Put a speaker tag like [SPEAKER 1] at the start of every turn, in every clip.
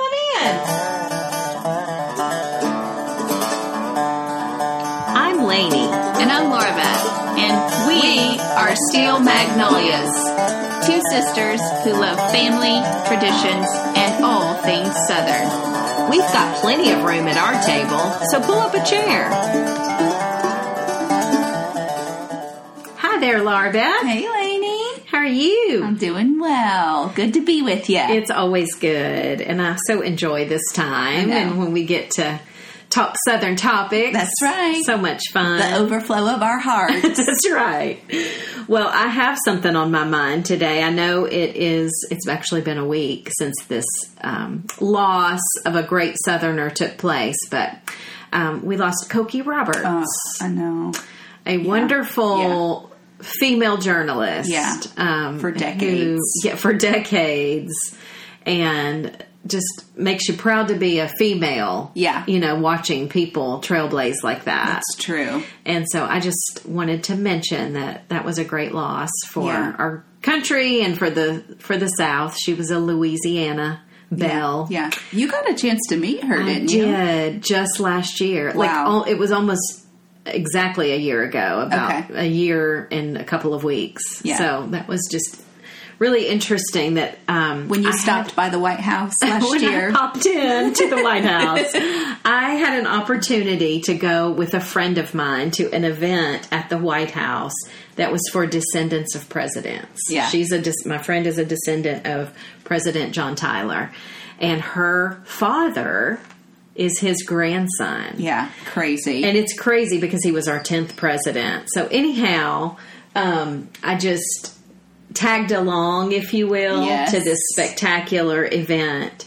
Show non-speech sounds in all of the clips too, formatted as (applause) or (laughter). [SPEAKER 1] friends. I'm Lainey,
[SPEAKER 2] And I'm Laura Beth.
[SPEAKER 1] and
[SPEAKER 2] We are Steel Magnolias, two sisters who love family, traditions, and all things Southern.
[SPEAKER 1] we've got plenty of room at our table, so pull up a chair. Hi there, Laura Beth.
[SPEAKER 2] Hey, Lainey.
[SPEAKER 1] How are you?
[SPEAKER 2] I'm doing well. Good to be with you.
[SPEAKER 1] It's always good, and I so enjoy this time
[SPEAKER 2] know.
[SPEAKER 1] and when we get to talk Southern topics.
[SPEAKER 2] That's right.
[SPEAKER 1] So much fun.
[SPEAKER 2] the overflow of
[SPEAKER 1] (laughs)
[SPEAKER 2] our hearts.
[SPEAKER 1] That's right. Well, I have something on my mind today. I know it is. It's actually been a week since this um, loss of a great Southerner took place, but um, we lost Cokie Roberts,
[SPEAKER 2] Oh, I know.
[SPEAKER 1] a wonderful female journalist.
[SPEAKER 2] Yeah.
[SPEAKER 1] um,
[SPEAKER 2] For
[SPEAKER 1] who-
[SPEAKER 2] decades.
[SPEAKER 1] yeah, for decades, and just makes you proud to be a female.
[SPEAKER 2] Yeah.
[SPEAKER 1] you know, watching people trailblaze like that.
[SPEAKER 2] It's true.
[SPEAKER 1] And so I just wanted to mention that that was a great loss for
[SPEAKER 2] Yeah.
[SPEAKER 1] our country and for the for the South. She was a Louisiana belle.
[SPEAKER 2] Yeah. You got a chance to meet her,
[SPEAKER 1] I
[SPEAKER 2] didn't you?
[SPEAKER 1] did just last year. Like
[SPEAKER 2] Wow.
[SPEAKER 1] al- it was almost exactly a year ago, about
[SPEAKER 2] Okay.
[SPEAKER 1] a year and a couple of weeks.
[SPEAKER 2] Yeah.
[SPEAKER 1] So that was just really interesting that um
[SPEAKER 2] When you
[SPEAKER 1] I had-
[SPEAKER 2] stopped by the White House last
[SPEAKER 1] (laughs) when
[SPEAKER 2] year.
[SPEAKER 1] I popped in to the White House, (laughs) I had an opportunity to go with a friend of mine to an event at the White House that was for descendants of presidents.
[SPEAKER 2] Yeah.
[SPEAKER 1] she's a des- my friend is a descendant of President John Tyler, and her father is his grandson.
[SPEAKER 2] Yeah. Crazy.
[SPEAKER 1] And it's crazy because he was our 10th president. So, anyhow, um, I just tagged along, if you will,
[SPEAKER 2] Yes.
[SPEAKER 1] to this spectacular event.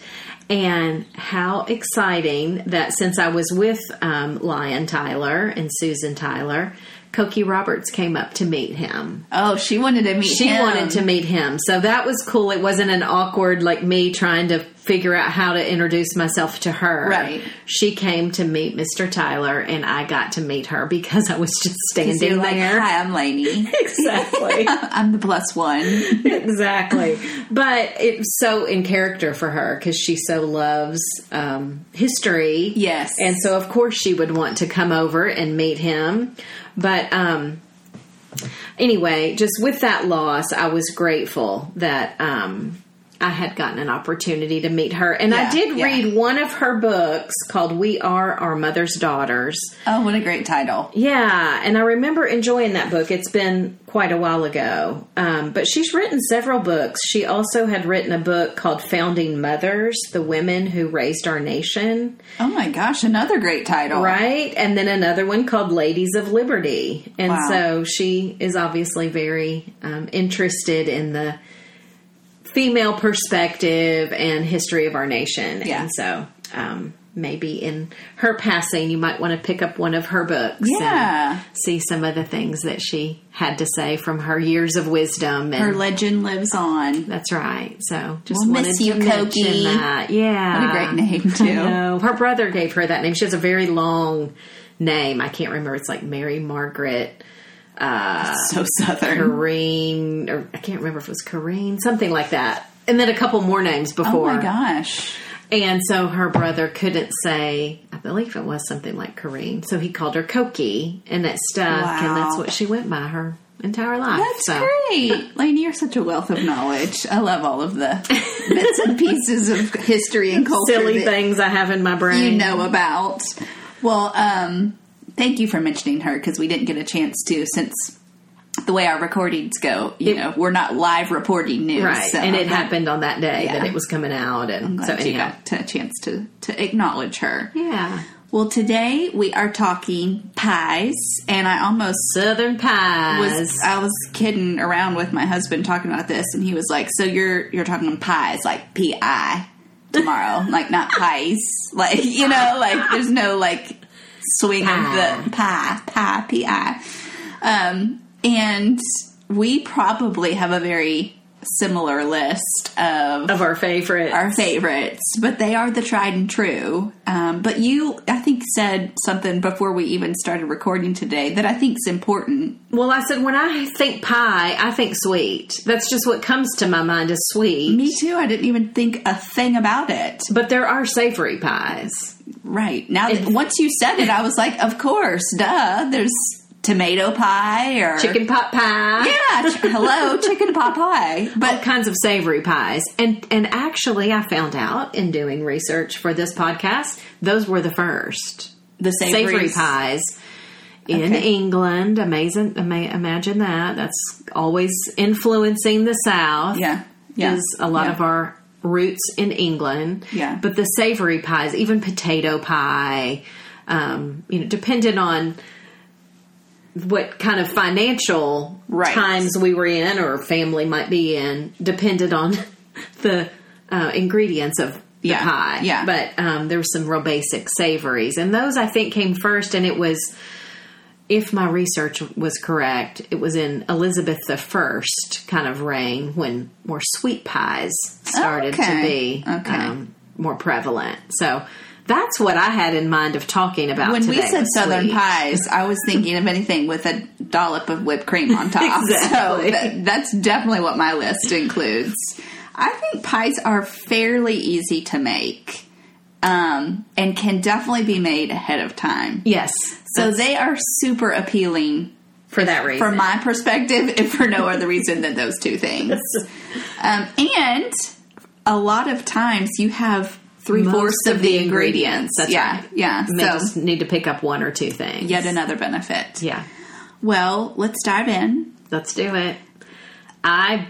[SPEAKER 1] And how exciting that since I was with um, Lion Tyler and Susan Tyler, Cokie Roberts came up to meet him.
[SPEAKER 2] oh, she wanted to meet
[SPEAKER 1] She
[SPEAKER 2] him.
[SPEAKER 1] wanted to meet him. So that was cool. It wasn't an awkward, like me trying to figure out how to introduce myself to her.
[SPEAKER 2] Right.
[SPEAKER 1] She came to meet Mr. Tyler, and I got to meet her because I was just
[SPEAKER 2] So you're
[SPEAKER 1] standing
[SPEAKER 2] like,
[SPEAKER 1] there.
[SPEAKER 2] Hi, I'm Lainey.
[SPEAKER 1] (laughs) exactly.
[SPEAKER 2] I'm the plus one.
[SPEAKER 1] exactly. But it's so in character for her because she so loves um, history.
[SPEAKER 2] Yes.
[SPEAKER 1] And so, of course, she would want to come over and meet him. But um, anyway, just with that loss, I was grateful that um, I had gotten an opportunity to meet her. And
[SPEAKER 2] Yeah,
[SPEAKER 1] I did
[SPEAKER 2] yeah.
[SPEAKER 1] read one of her books called We Are Our Mother's Daughters.
[SPEAKER 2] Oh, what a great title.
[SPEAKER 1] Yeah, and I remember enjoying that book. It's been quite a while ago. Um, but she's written several books. She also had written a book called Founding Mothers The Women Who Raised Our Nation,
[SPEAKER 2] Oh my gosh, another great title.
[SPEAKER 1] right? And then another one called Ladies of Liberty. And
[SPEAKER 2] Wow.
[SPEAKER 1] so she is obviously very um, interested in the female perspective and history of our nation.
[SPEAKER 2] Yeah.
[SPEAKER 1] And so um, maybe in her passing, you might want to pick up one of her books. and-
[SPEAKER 2] Yeah.
[SPEAKER 1] see some of the things that she had to say from her years of wisdom and
[SPEAKER 2] Her legend lives on.
[SPEAKER 1] that's right. So just
[SPEAKER 2] We'll
[SPEAKER 1] wanted
[SPEAKER 2] miss
[SPEAKER 1] to
[SPEAKER 2] you,
[SPEAKER 1] mention
[SPEAKER 2] Cokie.
[SPEAKER 1] that. Yeah.
[SPEAKER 2] What a great (laughs) name, too.
[SPEAKER 1] I know. Her brother gave her that name. She has a very long name. I can't remember. It's like Mary Margaret
[SPEAKER 2] So southern.
[SPEAKER 1] Corrine or I can't remember if it was Corrine, something like that. And then a couple more names
[SPEAKER 2] Oh
[SPEAKER 1] before.
[SPEAKER 2] my gosh.
[SPEAKER 1] And so her brother couldn't say, I believe it was something like Corrine. So he called her Cokie, and that stuck, and that's
[SPEAKER 2] Wow.
[SPEAKER 1] what she went by her entire life.
[SPEAKER 2] That's
[SPEAKER 1] so
[SPEAKER 2] great. Lainey, you're such a wealth of knowledge. I love all of the bits and pieces of history and
[SPEAKER 1] (laughs)
[SPEAKER 2] culture
[SPEAKER 1] silly
[SPEAKER 2] that
[SPEAKER 1] things I have in my brain.
[SPEAKER 2] you know about. Well, um, thank you for mentioning her because we didn't get a chance to since the way our recordings go, you know, we're not live reporting news.
[SPEAKER 1] Right.
[SPEAKER 2] so
[SPEAKER 1] and it
[SPEAKER 2] I'm
[SPEAKER 1] happened on that day
[SPEAKER 2] Yeah.
[SPEAKER 1] that it was coming out. And
[SPEAKER 2] glad
[SPEAKER 1] so,
[SPEAKER 2] you
[SPEAKER 1] anyhow.
[SPEAKER 2] got to- a chance to, to acknowledge her.
[SPEAKER 1] Yeah.
[SPEAKER 2] Well, today we are talking pies, and I almost
[SPEAKER 1] Southern pies.
[SPEAKER 2] was I was kidding around with my husband talking about this, and he was like, "So you're you're talking pies, like P I tomorrow, like not pies, like you know, like there's no like swing
[SPEAKER 1] Pie.
[SPEAKER 2] of the pie, pie, P I." Um, and we probably have a very similar list of
[SPEAKER 1] of our favorite.
[SPEAKER 2] our favorites, but they are the tried and true. Um, but you, I think, said something before we even started recording today that I think is important.
[SPEAKER 1] well, I said when I think pie, I think sweet. That's just what comes to my mind is sweet.
[SPEAKER 2] Me too. I didn't even think a thing about it.
[SPEAKER 1] but there are savory pies.
[SPEAKER 2] Right now, that, once you said it, I was like, of course, duh. There's tomato pie or
[SPEAKER 1] Chicken pot pie.
[SPEAKER 2] (laughs) Yeah, ch- hello, chicken pot pie. But
[SPEAKER 1] all kinds of savory pies. And and actually I found out in doing research for this podcast, those were the first
[SPEAKER 2] the
[SPEAKER 1] savory
[SPEAKER 2] savory pie.
[SPEAKER 1] pies in
[SPEAKER 2] Okay.
[SPEAKER 1] England. Amazing ama- imagine that. That's always influencing the South.
[SPEAKER 2] Yeah, yeah,
[SPEAKER 1] Is a lot
[SPEAKER 2] yeah.
[SPEAKER 1] of our roots in England.
[SPEAKER 2] Yeah.
[SPEAKER 1] But the savory pies, even potato pie, um, you know, depending on what kind of financial
[SPEAKER 2] Right.
[SPEAKER 1] times we were in or family might be in depended on (laughs) the uh, ingredients of the
[SPEAKER 2] Yeah,
[SPEAKER 1] pie.
[SPEAKER 2] yeah.
[SPEAKER 1] But um, there were some real basic savories. And those I think came first. And it was, if my research was correct, it was in Elizabeth the First kind of reign when more sweet pies started to
[SPEAKER 2] Okay,
[SPEAKER 1] be
[SPEAKER 2] okay.
[SPEAKER 1] um, more prevalent. So that's what I had in mind of talking about
[SPEAKER 2] When we
[SPEAKER 1] today
[SPEAKER 2] said
[SPEAKER 1] was
[SPEAKER 2] southern
[SPEAKER 1] sweet.
[SPEAKER 2] pies, I was thinking of anything with a dollop of whipped cream on
[SPEAKER 1] (laughs)
[SPEAKER 2] top.
[SPEAKER 1] Exactly.
[SPEAKER 2] So that, that's definitely what my list includes. I think pies are fairly easy to make um, and can definitely be made ahead of time.
[SPEAKER 1] Yes.
[SPEAKER 2] So they are super appealing
[SPEAKER 1] for that reason.
[SPEAKER 2] from my perspective, if for no other reason than those two
[SPEAKER 1] (laughs)
[SPEAKER 2] things. Um, and a lot of times you have three fourths
[SPEAKER 1] Most
[SPEAKER 2] of,
[SPEAKER 1] of
[SPEAKER 2] the
[SPEAKER 1] the ingredients,
[SPEAKER 2] ingredients.
[SPEAKER 1] that's
[SPEAKER 2] yeah,
[SPEAKER 1] right.
[SPEAKER 2] yeah.
[SPEAKER 1] And they
[SPEAKER 2] So
[SPEAKER 1] just need to pick up one or two things.
[SPEAKER 2] yet another benefit.
[SPEAKER 1] Yeah.
[SPEAKER 2] Well, let's dive in.
[SPEAKER 1] Let's do it. I,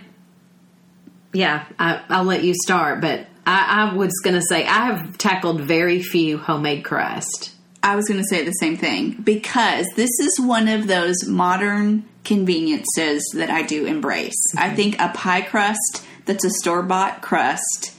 [SPEAKER 1] yeah, I, I'll let you start, but I, I was going to say I have tackled very few homemade crust.
[SPEAKER 2] I was going to say the same thing because this is one of those modern conveniences that I do embrace.
[SPEAKER 1] Mm-hmm.
[SPEAKER 2] I think a pie crust that's a store bought crust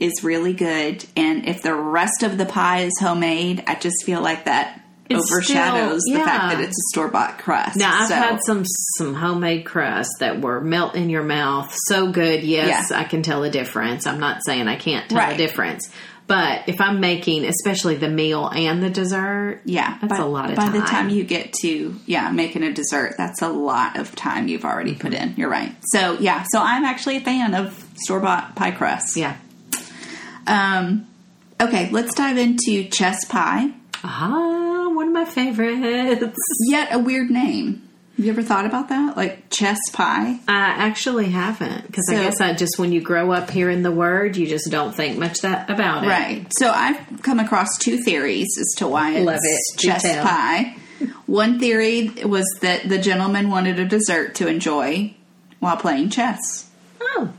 [SPEAKER 2] is really good, and if the rest of the pie is homemade, I just feel like that
[SPEAKER 1] It's
[SPEAKER 2] overshadows
[SPEAKER 1] still-
[SPEAKER 2] the fact
[SPEAKER 1] yeah.
[SPEAKER 2] that it's a store bought crust.
[SPEAKER 1] Now I've
[SPEAKER 2] So-
[SPEAKER 1] had some some homemade crusts that were melt in your mouth, so good. Yes,
[SPEAKER 2] Yeah.
[SPEAKER 1] I can tell a difference. I'm not saying I can't tell
[SPEAKER 2] Right.
[SPEAKER 1] a difference, but if I'm making, especially the meal and the dessert,
[SPEAKER 2] Yeah,
[SPEAKER 1] that's a lot of
[SPEAKER 2] by
[SPEAKER 1] time.
[SPEAKER 2] the time you get to yeah making a dessert, that's a lot of time you've already put
[SPEAKER 1] Mm-hmm.
[SPEAKER 2] in. You're right. So yeah, so I'm actually a fan of store bought pie crust.
[SPEAKER 1] yeah.
[SPEAKER 2] Um, okay, let's dive into chess pie.
[SPEAKER 1] Ah, one of my favorites.
[SPEAKER 2] Yet a weird name. You ever thought about that? Like chess pie?
[SPEAKER 1] I actually haven't because I
[SPEAKER 2] So-
[SPEAKER 1] guess I just when you grow up hearing the word, you just don't think much that about it.
[SPEAKER 2] Right. So I've come across two theories as to why it's
[SPEAKER 1] Love it. Do
[SPEAKER 2] chess
[SPEAKER 1] tell.
[SPEAKER 2] pie. One theory was that the gentleman wanted a dessert to enjoy while playing chess.
[SPEAKER 1] Oh,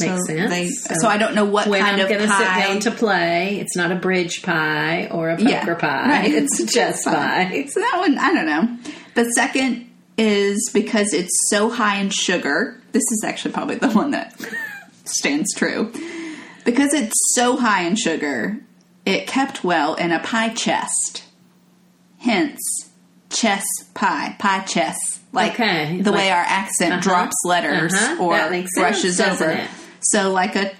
[SPEAKER 1] makes
[SPEAKER 2] so
[SPEAKER 1] sense.
[SPEAKER 2] They, so, I don't know what
[SPEAKER 1] when
[SPEAKER 2] kind
[SPEAKER 1] I'm
[SPEAKER 2] of
[SPEAKER 1] going to sit
[SPEAKER 2] pie.
[SPEAKER 1] down to play, it's not a bridge pie or a poker
[SPEAKER 2] Yeah,
[SPEAKER 1] pie.
[SPEAKER 2] right.
[SPEAKER 1] (laughs) It's
[SPEAKER 2] (laughs)
[SPEAKER 1] a chess pie.
[SPEAKER 2] so that one, I don't know. The second is because it's so high in sugar. This is actually probably the one that stands true. Because it's so high in sugar, it kept well in a pie chest. Hence, chess pie, pie chess. Like
[SPEAKER 1] Okay,
[SPEAKER 2] the
[SPEAKER 1] like-
[SPEAKER 2] way our accent drops letters
[SPEAKER 1] uh-huh. That
[SPEAKER 2] or
[SPEAKER 1] makes sense,
[SPEAKER 2] brushes
[SPEAKER 1] doesn't
[SPEAKER 2] over.
[SPEAKER 1] it?
[SPEAKER 2] So, like a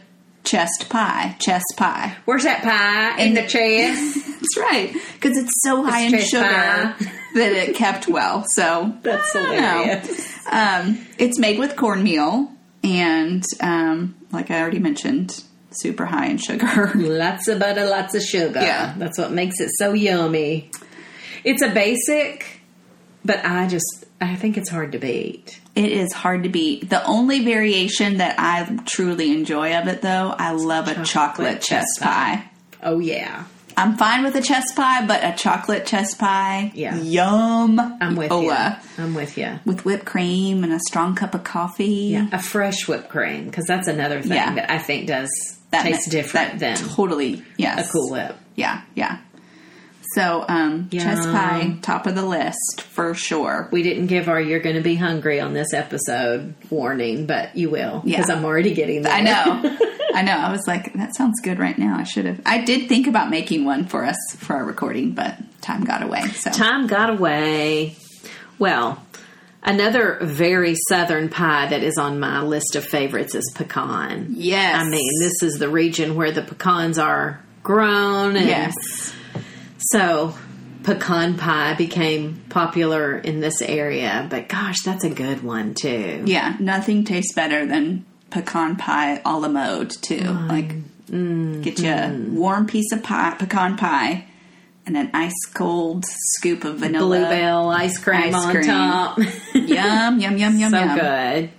[SPEAKER 2] chest pie, chess pie.
[SPEAKER 1] Where's that pie in the chest?
[SPEAKER 2] That's right. Because it's so high in
[SPEAKER 1] It's
[SPEAKER 2] sugar
[SPEAKER 1] trans
[SPEAKER 2] (laughs) that it kept well. So
[SPEAKER 1] (laughs) That's
[SPEAKER 2] I don't know.
[SPEAKER 1] hilarious.
[SPEAKER 2] Um, it's made with cornmeal and, um, like I already mentioned, super high in sugar. (laughs)
[SPEAKER 1] Lots of butter, lots of sugar.
[SPEAKER 2] Yeah.
[SPEAKER 1] that's what makes it so yummy. It's a basic, but I just I think it's hard to beat.
[SPEAKER 2] It is hard to beat. The only variation that I truly enjoy of it, though, I love a chocolate chess pie.
[SPEAKER 1] Oh yeah.
[SPEAKER 2] I'm fine with a chess pie, but a chocolate chess pie,
[SPEAKER 1] Yeah.
[SPEAKER 2] yum,
[SPEAKER 1] I'm with
[SPEAKER 2] Ola.
[SPEAKER 1] you. I'm with you.
[SPEAKER 2] with whipped cream and a strong cup of coffee.
[SPEAKER 1] Yeah, a fresh whipped cream because that's another thing
[SPEAKER 2] Yeah.
[SPEAKER 1] that I think does
[SPEAKER 2] that
[SPEAKER 1] taste
[SPEAKER 2] ma-
[SPEAKER 1] different
[SPEAKER 2] that
[SPEAKER 1] than
[SPEAKER 2] totally yes
[SPEAKER 1] a Cool Whip.
[SPEAKER 2] yeah yeah so um chess
[SPEAKER 1] Yum.
[SPEAKER 2] pie top of the list for sure
[SPEAKER 1] We didn't give our "You're going to be hungry" on this episode warning, but you will
[SPEAKER 2] Yeah.
[SPEAKER 1] because I'm already getting there. (laughs)
[SPEAKER 2] i know i know i was like that sounds good right now i should have i did think about making one for us for our recording but time got away so
[SPEAKER 1] Time got away. Well, Another very southern pie that is on my list of favorites is pecan.
[SPEAKER 2] Yes.
[SPEAKER 1] I mean, this is the region where the pecans are grown. And
[SPEAKER 2] Yes.
[SPEAKER 1] So pecan pie became popular in this area. But gosh, that's a good one, too.
[SPEAKER 2] Yeah. Nothing tastes better than pecan pie a la mode, too. Like,
[SPEAKER 1] Mm-hmm.
[SPEAKER 2] get you a warm piece of pie, pecan pie, and an ice cold scoop of vanilla.
[SPEAKER 1] Bluebell ice cream
[SPEAKER 2] Ice
[SPEAKER 1] on
[SPEAKER 2] cream.
[SPEAKER 1] top. (laughs)
[SPEAKER 2] Yum, yum, yum, yum,
[SPEAKER 1] so
[SPEAKER 2] yum.
[SPEAKER 1] good.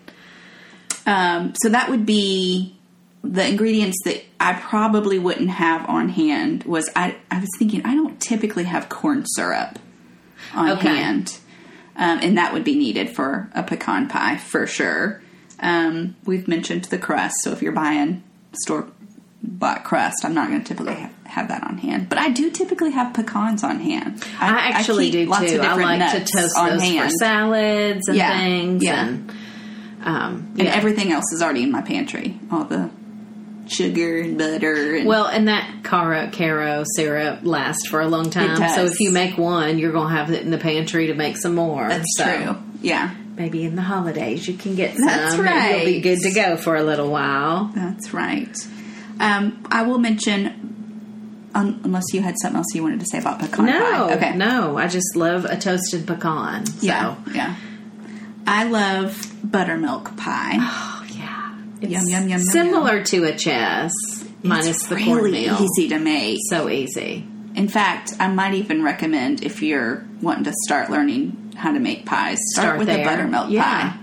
[SPEAKER 2] Um, so that would be the ingredients that I probably wouldn't have on hand was I, I was thinking I don't typically have corn syrup on
[SPEAKER 1] Okay.
[SPEAKER 2] hand. Um, and that would be needed for a pecan pie for sure. Um, we've mentioned the crust, so if you're buying store bought crust, I'm not going to typically have, have that on hand. But I do typically have pecans on hand.
[SPEAKER 1] I actually
[SPEAKER 2] keep
[SPEAKER 1] do
[SPEAKER 2] lots
[SPEAKER 1] too.
[SPEAKER 2] Of
[SPEAKER 1] I
[SPEAKER 2] different
[SPEAKER 1] like to
[SPEAKER 2] nuts
[SPEAKER 1] toast
[SPEAKER 2] on
[SPEAKER 1] those
[SPEAKER 2] hand.
[SPEAKER 1] for salads and
[SPEAKER 2] Yeah,
[SPEAKER 1] things.
[SPEAKER 2] yeah.
[SPEAKER 1] And, um,
[SPEAKER 2] and
[SPEAKER 1] yeah.
[SPEAKER 2] everything else is already in my pantry. All the sugar and butter. And,
[SPEAKER 1] well, and that cara caro syrup lasts for a long time.
[SPEAKER 2] does.
[SPEAKER 1] So if you make one, you're going to have it in the pantry to make some more.
[SPEAKER 2] that's
[SPEAKER 1] So
[SPEAKER 2] true. Yeah,
[SPEAKER 1] Maybe in the holidays you can get some.
[SPEAKER 2] That's
[SPEAKER 1] And you'll be
[SPEAKER 2] right.
[SPEAKER 1] good to go for a little while.
[SPEAKER 2] that's right. Um, I will mention, un- unless you had something else you wanted to say about pecan
[SPEAKER 1] No,
[SPEAKER 2] pie. Oh Okay.
[SPEAKER 1] no. I just love a toasted pecan. So.
[SPEAKER 2] Yeah. Yeah. I love buttermilk pie.
[SPEAKER 1] Oh, yeah. It's
[SPEAKER 2] Yum, yum, yum, yum,
[SPEAKER 1] Similar to a chess, minus
[SPEAKER 2] it's
[SPEAKER 1] the
[SPEAKER 2] really
[SPEAKER 1] cornmeal.
[SPEAKER 2] easy to make.
[SPEAKER 1] So easy.
[SPEAKER 2] In fact, I might even recommend if you're wanting to start learning how to make pies, start,
[SPEAKER 1] Start
[SPEAKER 2] with
[SPEAKER 1] there.
[SPEAKER 2] a buttermilk
[SPEAKER 1] Yeah.
[SPEAKER 2] pie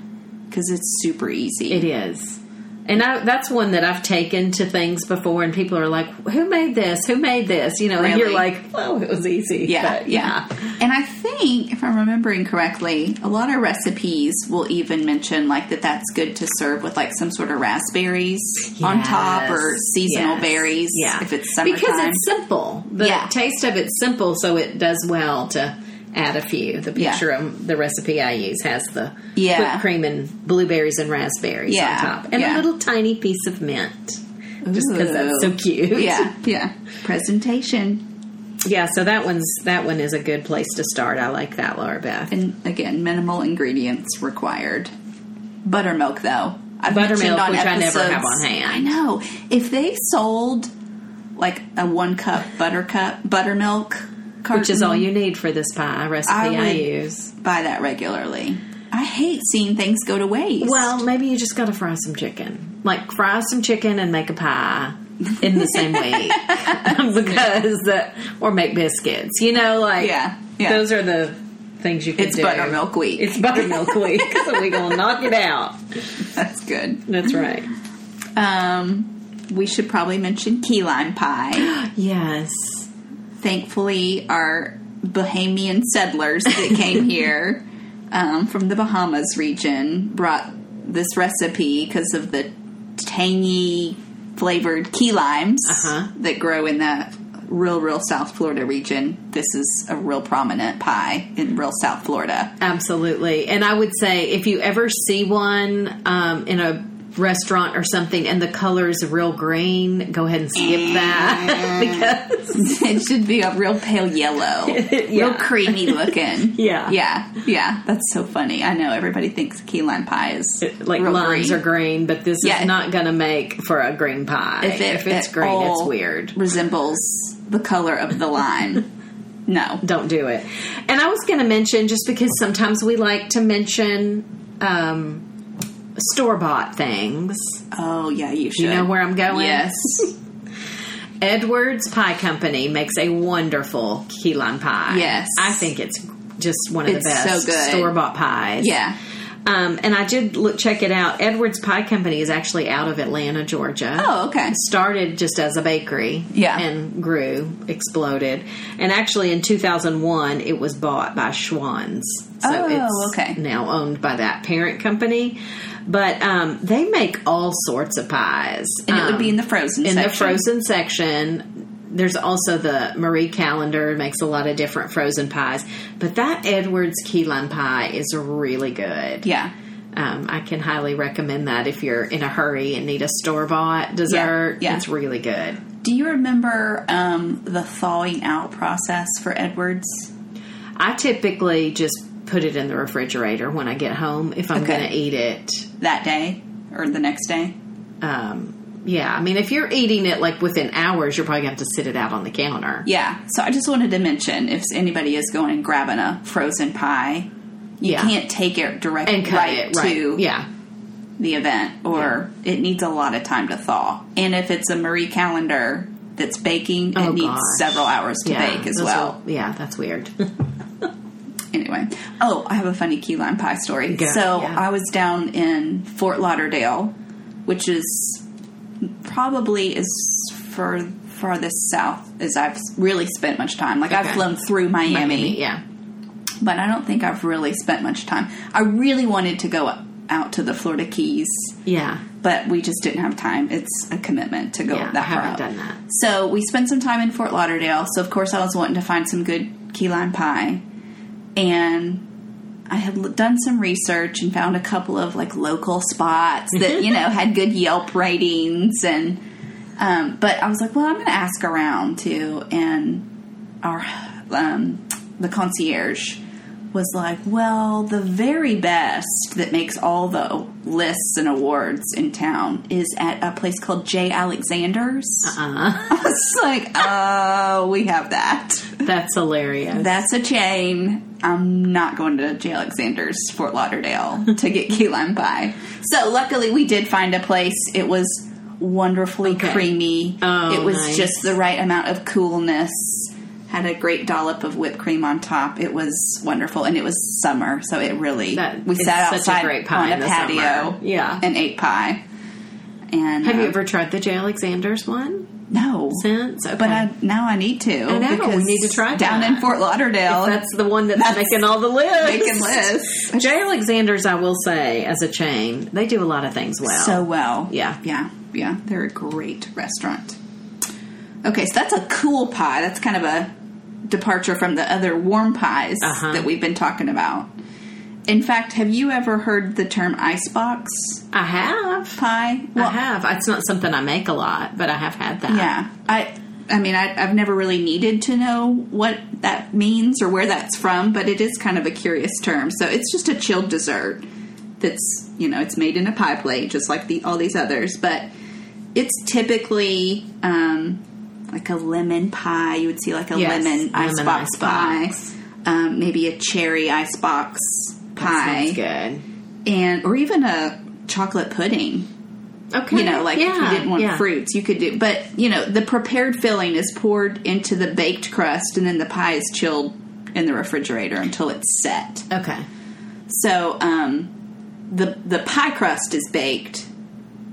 [SPEAKER 2] because it's super easy.
[SPEAKER 1] It is. And I, that's one that I've taken to things before, and people are like, "Who made this? Who made this?" You know, and you're
[SPEAKER 2] Really?
[SPEAKER 1] like, "Oh, it was easy."
[SPEAKER 2] Yeah,
[SPEAKER 1] But,
[SPEAKER 2] yeah. And I think, if I'm remembering correctly, a lot of recipes will even mention like that that's good to serve with like some sort of raspberries on top or
[SPEAKER 1] Yes,
[SPEAKER 2] seasonal
[SPEAKER 1] yes,
[SPEAKER 2] berries
[SPEAKER 1] Yeah,
[SPEAKER 2] if it's summertime.
[SPEAKER 1] because it's simple. The
[SPEAKER 2] Yeah.
[SPEAKER 1] taste of it's simple, so it does well to add a few. The
[SPEAKER 2] Yeah.
[SPEAKER 1] picture of the recipe I use has the
[SPEAKER 2] Yeah.
[SPEAKER 1] whipped cream and blueberries and raspberries
[SPEAKER 2] Yeah,
[SPEAKER 1] on top, and a
[SPEAKER 2] yeah.
[SPEAKER 1] little tiny piece of mint, just because that's so
[SPEAKER 2] Ooh.
[SPEAKER 1] cute.
[SPEAKER 2] yeah, yeah. Presentation.
[SPEAKER 1] (laughs) yeah. So that one's that one is a good place to start. I like that, Laura Beth.
[SPEAKER 2] And again, minimal ingredients required. Buttermilk, though. I've
[SPEAKER 1] Buttermilk,
[SPEAKER 2] mentioned on
[SPEAKER 1] which I never
[SPEAKER 2] episodes-
[SPEAKER 1] have on hand.
[SPEAKER 2] I know. If they sold like a one cup butter cup buttermilk carton,
[SPEAKER 1] which is all you need for this pie recipe
[SPEAKER 2] I
[SPEAKER 1] I,
[SPEAKER 2] would-
[SPEAKER 1] use.
[SPEAKER 2] buy that regularly. I hate seeing things go to waste.
[SPEAKER 1] Well, maybe you just got to fry some chicken. Like fry some chicken and make a pie in the (laughs) same week because the or make biscuits. You know, like
[SPEAKER 2] Yeah, yeah.
[SPEAKER 1] those are the things you can
[SPEAKER 2] It's
[SPEAKER 1] do.
[SPEAKER 2] buttermilk week.
[SPEAKER 1] It's (laughs) buttermilk week, so we gonna knock it out.
[SPEAKER 2] (laughs) that's good.
[SPEAKER 1] That's right.
[SPEAKER 2] Um, we should probably mention key lime (gasps) pie.
[SPEAKER 1] Yes.
[SPEAKER 2] Thankfully, our Bahamian settlers that (laughs) came here um, from the Bahamas region brought this recipe because of the tangy flavored key limes
[SPEAKER 1] Uh-huh.
[SPEAKER 2] that grow in that real, real South Florida region. This is a real prominent pie in real South Florida.
[SPEAKER 1] Absolutely. And I would say if you ever see one um, in a restaurant or something and the color is real green, go ahead and
[SPEAKER 2] Eh.
[SPEAKER 1] skip
[SPEAKER 2] (laughs)
[SPEAKER 1] that because
[SPEAKER 2] it should be a real pale yellow,
[SPEAKER 1] (laughs)
[SPEAKER 2] real
[SPEAKER 1] Yeah.
[SPEAKER 2] creamy looking.
[SPEAKER 1] (laughs) Yeah.
[SPEAKER 2] yeah, yeah. That's so funny. I know everybody thinks key lime pie is
[SPEAKER 1] like
[SPEAKER 2] real
[SPEAKER 1] limes
[SPEAKER 2] green.
[SPEAKER 1] are green, but this
[SPEAKER 2] Yeah.
[SPEAKER 1] is not going to make for a green pie. If,
[SPEAKER 2] it
[SPEAKER 1] it's
[SPEAKER 2] at
[SPEAKER 1] green, it's
[SPEAKER 2] all
[SPEAKER 1] weird.
[SPEAKER 2] Resembles the color of
[SPEAKER 1] (laughs)
[SPEAKER 2] the lime. no,
[SPEAKER 1] Don't do it. And I was going to mention just because sometimes we like to mention um, store bought things.
[SPEAKER 2] oh yeah, you should.
[SPEAKER 1] You know where I'm going?
[SPEAKER 2] Yes,
[SPEAKER 1] (laughs) Edwards Pie Company makes a wonderful key lime pie.
[SPEAKER 2] Yes.
[SPEAKER 1] I think it's just one of
[SPEAKER 2] It's
[SPEAKER 1] the best
[SPEAKER 2] so good.
[SPEAKER 1] store bought pies.
[SPEAKER 2] yeah.
[SPEAKER 1] Um, and I did look check it out. Edwards Pie Company is actually out of Atlanta, Georgia.
[SPEAKER 2] Oh okay.
[SPEAKER 1] started just as a bakery
[SPEAKER 2] Yeah.
[SPEAKER 1] and grew, exploded. And actually in 2001 it was bought by Schwann's. So
[SPEAKER 2] Oh,
[SPEAKER 1] it's
[SPEAKER 2] okay.
[SPEAKER 1] now owned by that parent company. But um, they make all sorts of pies.
[SPEAKER 2] And it would be in
[SPEAKER 1] Um,
[SPEAKER 2] the frozen
[SPEAKER 1] in
[SPEAKER 2] section.
[SPEAKER 1] the frozen section. There's also the Marie Calendar makes a lot of different frozen pies, but that Edwards key lime pie is really good.
[SPEAKER 2] Yeah,
[SPEAKER 1] Um, I can highly recommend that if you're in a hurry and need a store bought dessert.
[SPEAKER 2] yeah.
[SPEAKER 1] It's really good.
[SPEAKER 2] do you remember um, the thawing out process for Edwards?
[SPEAKER 1] I typically just put it in the refrigerator when I get home if I'm
[SPEAKER 2] Okay.
[SPEAKER 1] going to eat it.
[SPEAKER 2] that day or the next day.
[SPEAKER 1] Um, yeah, I mean, if you're eating it like within hours, you're probably going to have to sit it out on the counter.
[SPEAKER 2] Yeah. So I just wanted to mention if anybody is going and grabbing a frozen pie, you
[SPEAKER 1] Yeah.
[SPEAKER 2] can't take it directly
[SPEAKER 1] And cut it right.
[SPEAKER 2] to
[SPEAKER 1] yeah,
[SPEAKER 2] the event, or it needs a lot of time to thaw. And if it's a Marie calendar that's baking, it
[SPEAKER 1] Oh,
[SPEAKER 2] needs
[SPEAKER 1] gosh.
[SPEAKER 2] several hours to
[SPEAKER 1] yeah,
[SPEAKER 2] bake as
[SPEAKER 1] those
[SPEAKER 2] well.
[SPEAKER 1] are- yeah, that's weird.
[SPEAKER 2] anyway, oh, I have a funny key lime pie story.
[SPEAKER 1] Go,
[SPEAKER 2] so
[SPEAKER 1] yeah.
[SPEAKER 2] I was down in Fort Lauderdale, which is probably as far farthest south as I've really spent much time. Like I've
[SPEAKER 1] Okay.
[SPEAKER 2] flown through Miami,
[SPEAKER 1] (laughs) yeah,
[SPEAKER 2] but I don't think I've really spent much time. I really wanted to go out to the Florida Keys,
[SPEAKER 1] yeah,
[SPEAKER 2] but we just didn't have time. It's a commitment to go
[SPEAKER 1] Yeah,
[SPEAKER 2] that
[SPEAKER 1] I haven't
[SPEAKER 2] far
[SPEAKER 1] done
[SPEAKER 2] out.
[SPEAKER 1] that.
[SPEAKER 2] So we spent some time in Fort Lauderdale. So of course I was wanting to find some good key lime pie, and I had l- done some research and found a couple of like local spots
[SPEAKER 1] Mm-hmm.
[SPEAKER 2] that you know had good Yelp ratings and. Um, but I was like, well, I'm going to ask around too, and our um, the concierge was like, "Well, the very best that makes all the lists and awards in town is at a place called J. Alexander's." (laughs) I was like, "Oh, we have that.
[SPEAKER 1] that's hilarious.
[SPEAKER 2] That's a chain. I'm not going to J. Alexander's,
[SPEAKER 1] (laughs)
[SPEAKER 2] Fort Lauderdale, to get key lime pie." So luckily, we did find a place. It was wonderfully
[SPEAKER 1] Okay.
[SPEAKER 2] creamy.
[SPEAKER 1] Oh,
[SPEAKER 2] it was
[SPEAKER 1] nice.
[SPEAKER 2] just the right amount of coolness. Had a great dollop of whipped cream on top. It was wonderful, and it was summer, so it really
[SPEAKER 1] That
[SPEAKER 2] we
[SPEAKER 1] is
[SPEAKER 2] sat
[SPEAKER 1] such a
[SPEAKER 2] outside
[SPEAKER 1] great pie in
[SPEAKER 2] on a
[SPEAKER 1] the
[SPEAKER 2] patio,
[SPEAKER 1] summer. Yeah.
[SPEAKER 2] and ate pie. And
[SPEAKER 1] have
[SPEAKER 2] uh,
[SPEAKER 1] you ever tried the J. Alexander's one
[SPEAKER 2] No,
[SPEAKER 1] since? Okay.
[SPEAKER 2] but I, now I need to.
[SPEAKER 1] know, we
[SPEAKER 2] because
[SPEAKER 1] need to try
[SPEAKER 2] down
[SPEAKER 1] that.
[SPEAKER 2] in Fort Lauderdale.
[SPEAKER 1] that's
[SPEAKER 2] (laughs)
[SPEAKER 1] the one that's,
[SPEAKER 2] That's-
[SPEAKER 1] making all the lists.
[SPEAKER 2] making lists.
[SPEAKER 1] J. Alexander's, I will say, as a chain, they do a lot of things well.
[SPEAKER 2] so well.
[SPEAKER 1] Oh. Yeah.
[SPEAKER 2] Yeah. Yeah. They're a great restaurant. Okay, so that's a cool pie. That's kind of a departure from the other warm pies
[SPEAKER 1] Uh-huh.
[SPEAKER 2] that we've been talking about. In fact, have you ever heard the term icebox
[SPEAKER 1] I have.
[SPEAKER 2] pie?
[SPEAKER 1] I have. It's not something I make a lot, but I have had that.
[SPEAKER 2] yeah. I I mean, I, I've never really needed to know what that means or where that's from, but it is kind of a curious term. So it's just a chilled dessert that's, you know, it's made in a pie plate, just like the, all these others, but it's typically um, like a lemon pie. You would see like a
[SPEAKER 1] Yes,
[SPEAKER 2] lemon
[SPEAKER 1] lemon
[SPEAKER 2] icebox pie,
[SPEAKER 1] icebox.
[SPEAKER 2] um, maybe a cherry icebox pie,
[SPEAKER 1] Sounds good.
[SPEAKER 2] and or even a chocolate pudding
[SPEAKER 1] Okay.
[SPEAKER 2] you know, like if
[SPEAKER 1] Yeah,
[SPEAKER 2] you didn't want
[SPEAKER 1] yeah.
[SPEAKER 2] fruits, you could do. But you know, the prepared filling is poured into the baked crust, and then the pie is chilled in the refrigerator until it's set.
[SPEAKER 1] Okay.
[SPEAKER 2] So um, the the pie crust is baked,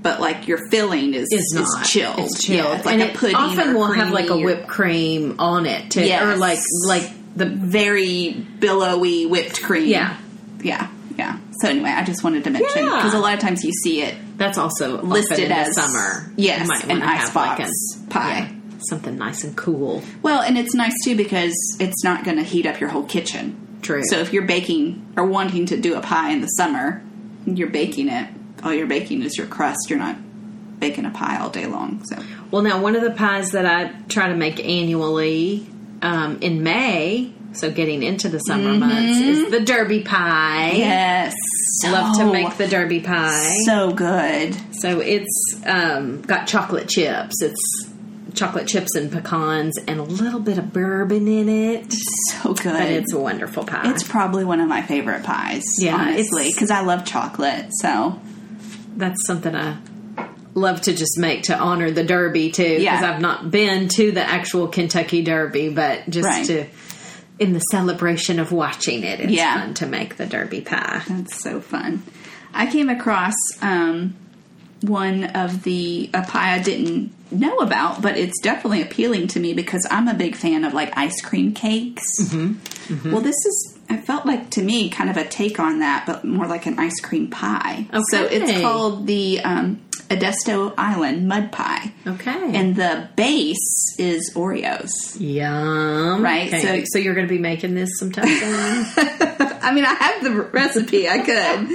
[SPEAKER 2] but like your filling is
[SPEAKER 1] It's
[SPEAKER 2] is
[SPEAKER 1] not.
[SPEAKER 2] chilled.
[SPEAKER 1] It's chilled.
[SPEAKER 2] Yeah, it's like
[SPEAKER 1] and
[SPEAKER 2] a
[SPEAKER 1] it
[SPEAKER 2] pudding.
[SPEAKER 1] often
[SPEAKER 2] or
[SPEAKER 1] will have like a
[SPEAKER 2] creamy or
[SPEAKER 1] whipped cream on it too.
[SPEAKER 2] Yes.
[SPEAKER 1] Or like like the
[SPEAKER 2] very billowy whipped cream.
[SPEAKER 1] Yeah.
[SPEAKER 2] yeah, yeah. So anyway, I just wanted to mention
[SPEAKER 1] Yeah.
[SPEAKER 2] because a lot of times you see it
[SPEAKER 1] that's also often
[SPEAKER 2] listed
[SPEAKER 1] in the
[SPEAKER 2] as
[SPEAKER 1] summer.
[SPEAKER 2] Yes,
[SPEAKER 1] You might
[SPEAKER 2] an
[SPEAKER 1] wanna have like
[SPEAKER 2] icebox
[SPEAKER 1] a-
[SPEAKER 2] pie.
[SPEAKER 1] yeah, something nice and cool.
[SPEAKER 2] Well, and it's nice too because it's not going to heat up your whole kitchen.
[SPEAKER 1] True.
[SPEAKER 2] So if you're baking or wanting to do a pie in the summer, you're baking it. All you're baking is your crust. You're not baking a pie all day long. So
[SPEAKER 1] Well, now one of the pies that I try to make annually um, in May, so getting into the summer months, is the Derby pie.
[SPEAKER 2] yes,
[SPEAKER 1] Love to
[SPEAKER 2] So-
[SPEAKER 1] make the Derby pie.
[SPEAKER 2] so good.
[SPEAKER 1] So it's um, got chocolate chips. It's chocolate chips and pecans and a little bit of bourbon in it.
[SPEAKER 2] So good.
[SPEAKER 1] But it's a wonderful pie.
[SPEAKER 2] It's probably one of my favorite pies,
[SPEAKER 1] Yeah,
[SPEAKER 2] honestly,
[SPEAKER 1] it's-
[SPEAKER 2] because I love chocolate. So
[SPEAKER 1] That's something I love to just make to honor the Derby too. Because
[SPEAKER 2] Yeah.
[SPEAKER 1] I've not been to the actual Kentucky Derby, but just
[SPEAKER 2] Right.
[SPEAKER 1] to in the celebration of watching it, it's
[SPEAKER 2] Yeah.
[SPEAKER 1] fun to make the Derby pie.
[SPEAKER 2] That's so fun. I came across um, one of the a pie I didn't know about, but it's definitely appealing to me because I'm a big fan of like ice cream cakes. Well, this is it felt like to me kind of a take on that, but more like an ice cream pie. So it's
[SPEAKER 1] Okay.
[SPEAKER 2] called the um, Modesto Island Mud Pie,
[SPEAKER 1] Okay.
[SPEAKER 2] and the base is Oreos.
[SPEAKER 1] Yum.
[SPEAKER 2] Right,
[SPEAKER 1] Okay.
[SPEAKER 2] so-
[SPEAKER 1] So, you're
[SPEAKER 2] (laughs)
[SPEAKER 1] going to be making this sometime soon?
[SPEAKER 2] I mean, I have the recipe. I could,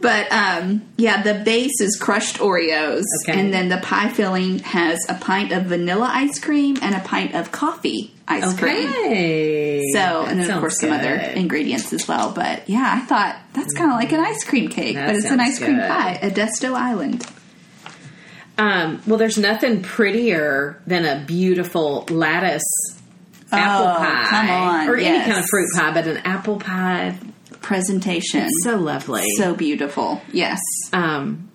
[SPEAKER 2] But um, yeah, the base is crushed Oreos,
[SPEAKER 1] Okay.
[SPEAKER 2] and then the pie filling has a pint of vanilla ice cream and a pint of coffee ice cream.
[SPEAKER 1] Okay.
[SPEAKER 2] So,
[SPEAKER 1] That
[SPEAKER 2] and then of
[SPEAKER 1] sounds
[SPEAKER 2] course some other
[SPEAKER 1] good.
[SPEAKER 2] ingredients as well. But yeah, I thought that's kind of like an ice cream cake,
[SPEAKER 1] That
[SPEAKER 2] but it's an
[SPEAKER 1] sounds
[SPEAKER 2] ice cream
[SPEAKER 1] good.
[SPEAKER 2] pie, Adesto Island.
[SPEAKER 1] Um, well, there's nothing prettier than a beautiful lattice apple
[SPEAKER 2] Oh,
[SPEAKER 1] pie,
[SPEAKER 2] come on,
[SPEAKER 1] or any
[SPEAKER 2] yes.
[SPEAKER 1] kind of fruit pie, but an apple pie,
[SPEAKER 2] Presentation.
[SPEAKER 1] so lovely.
[SPEAKER 2] so beautiful. Yes.
[SPEAKER 1] um,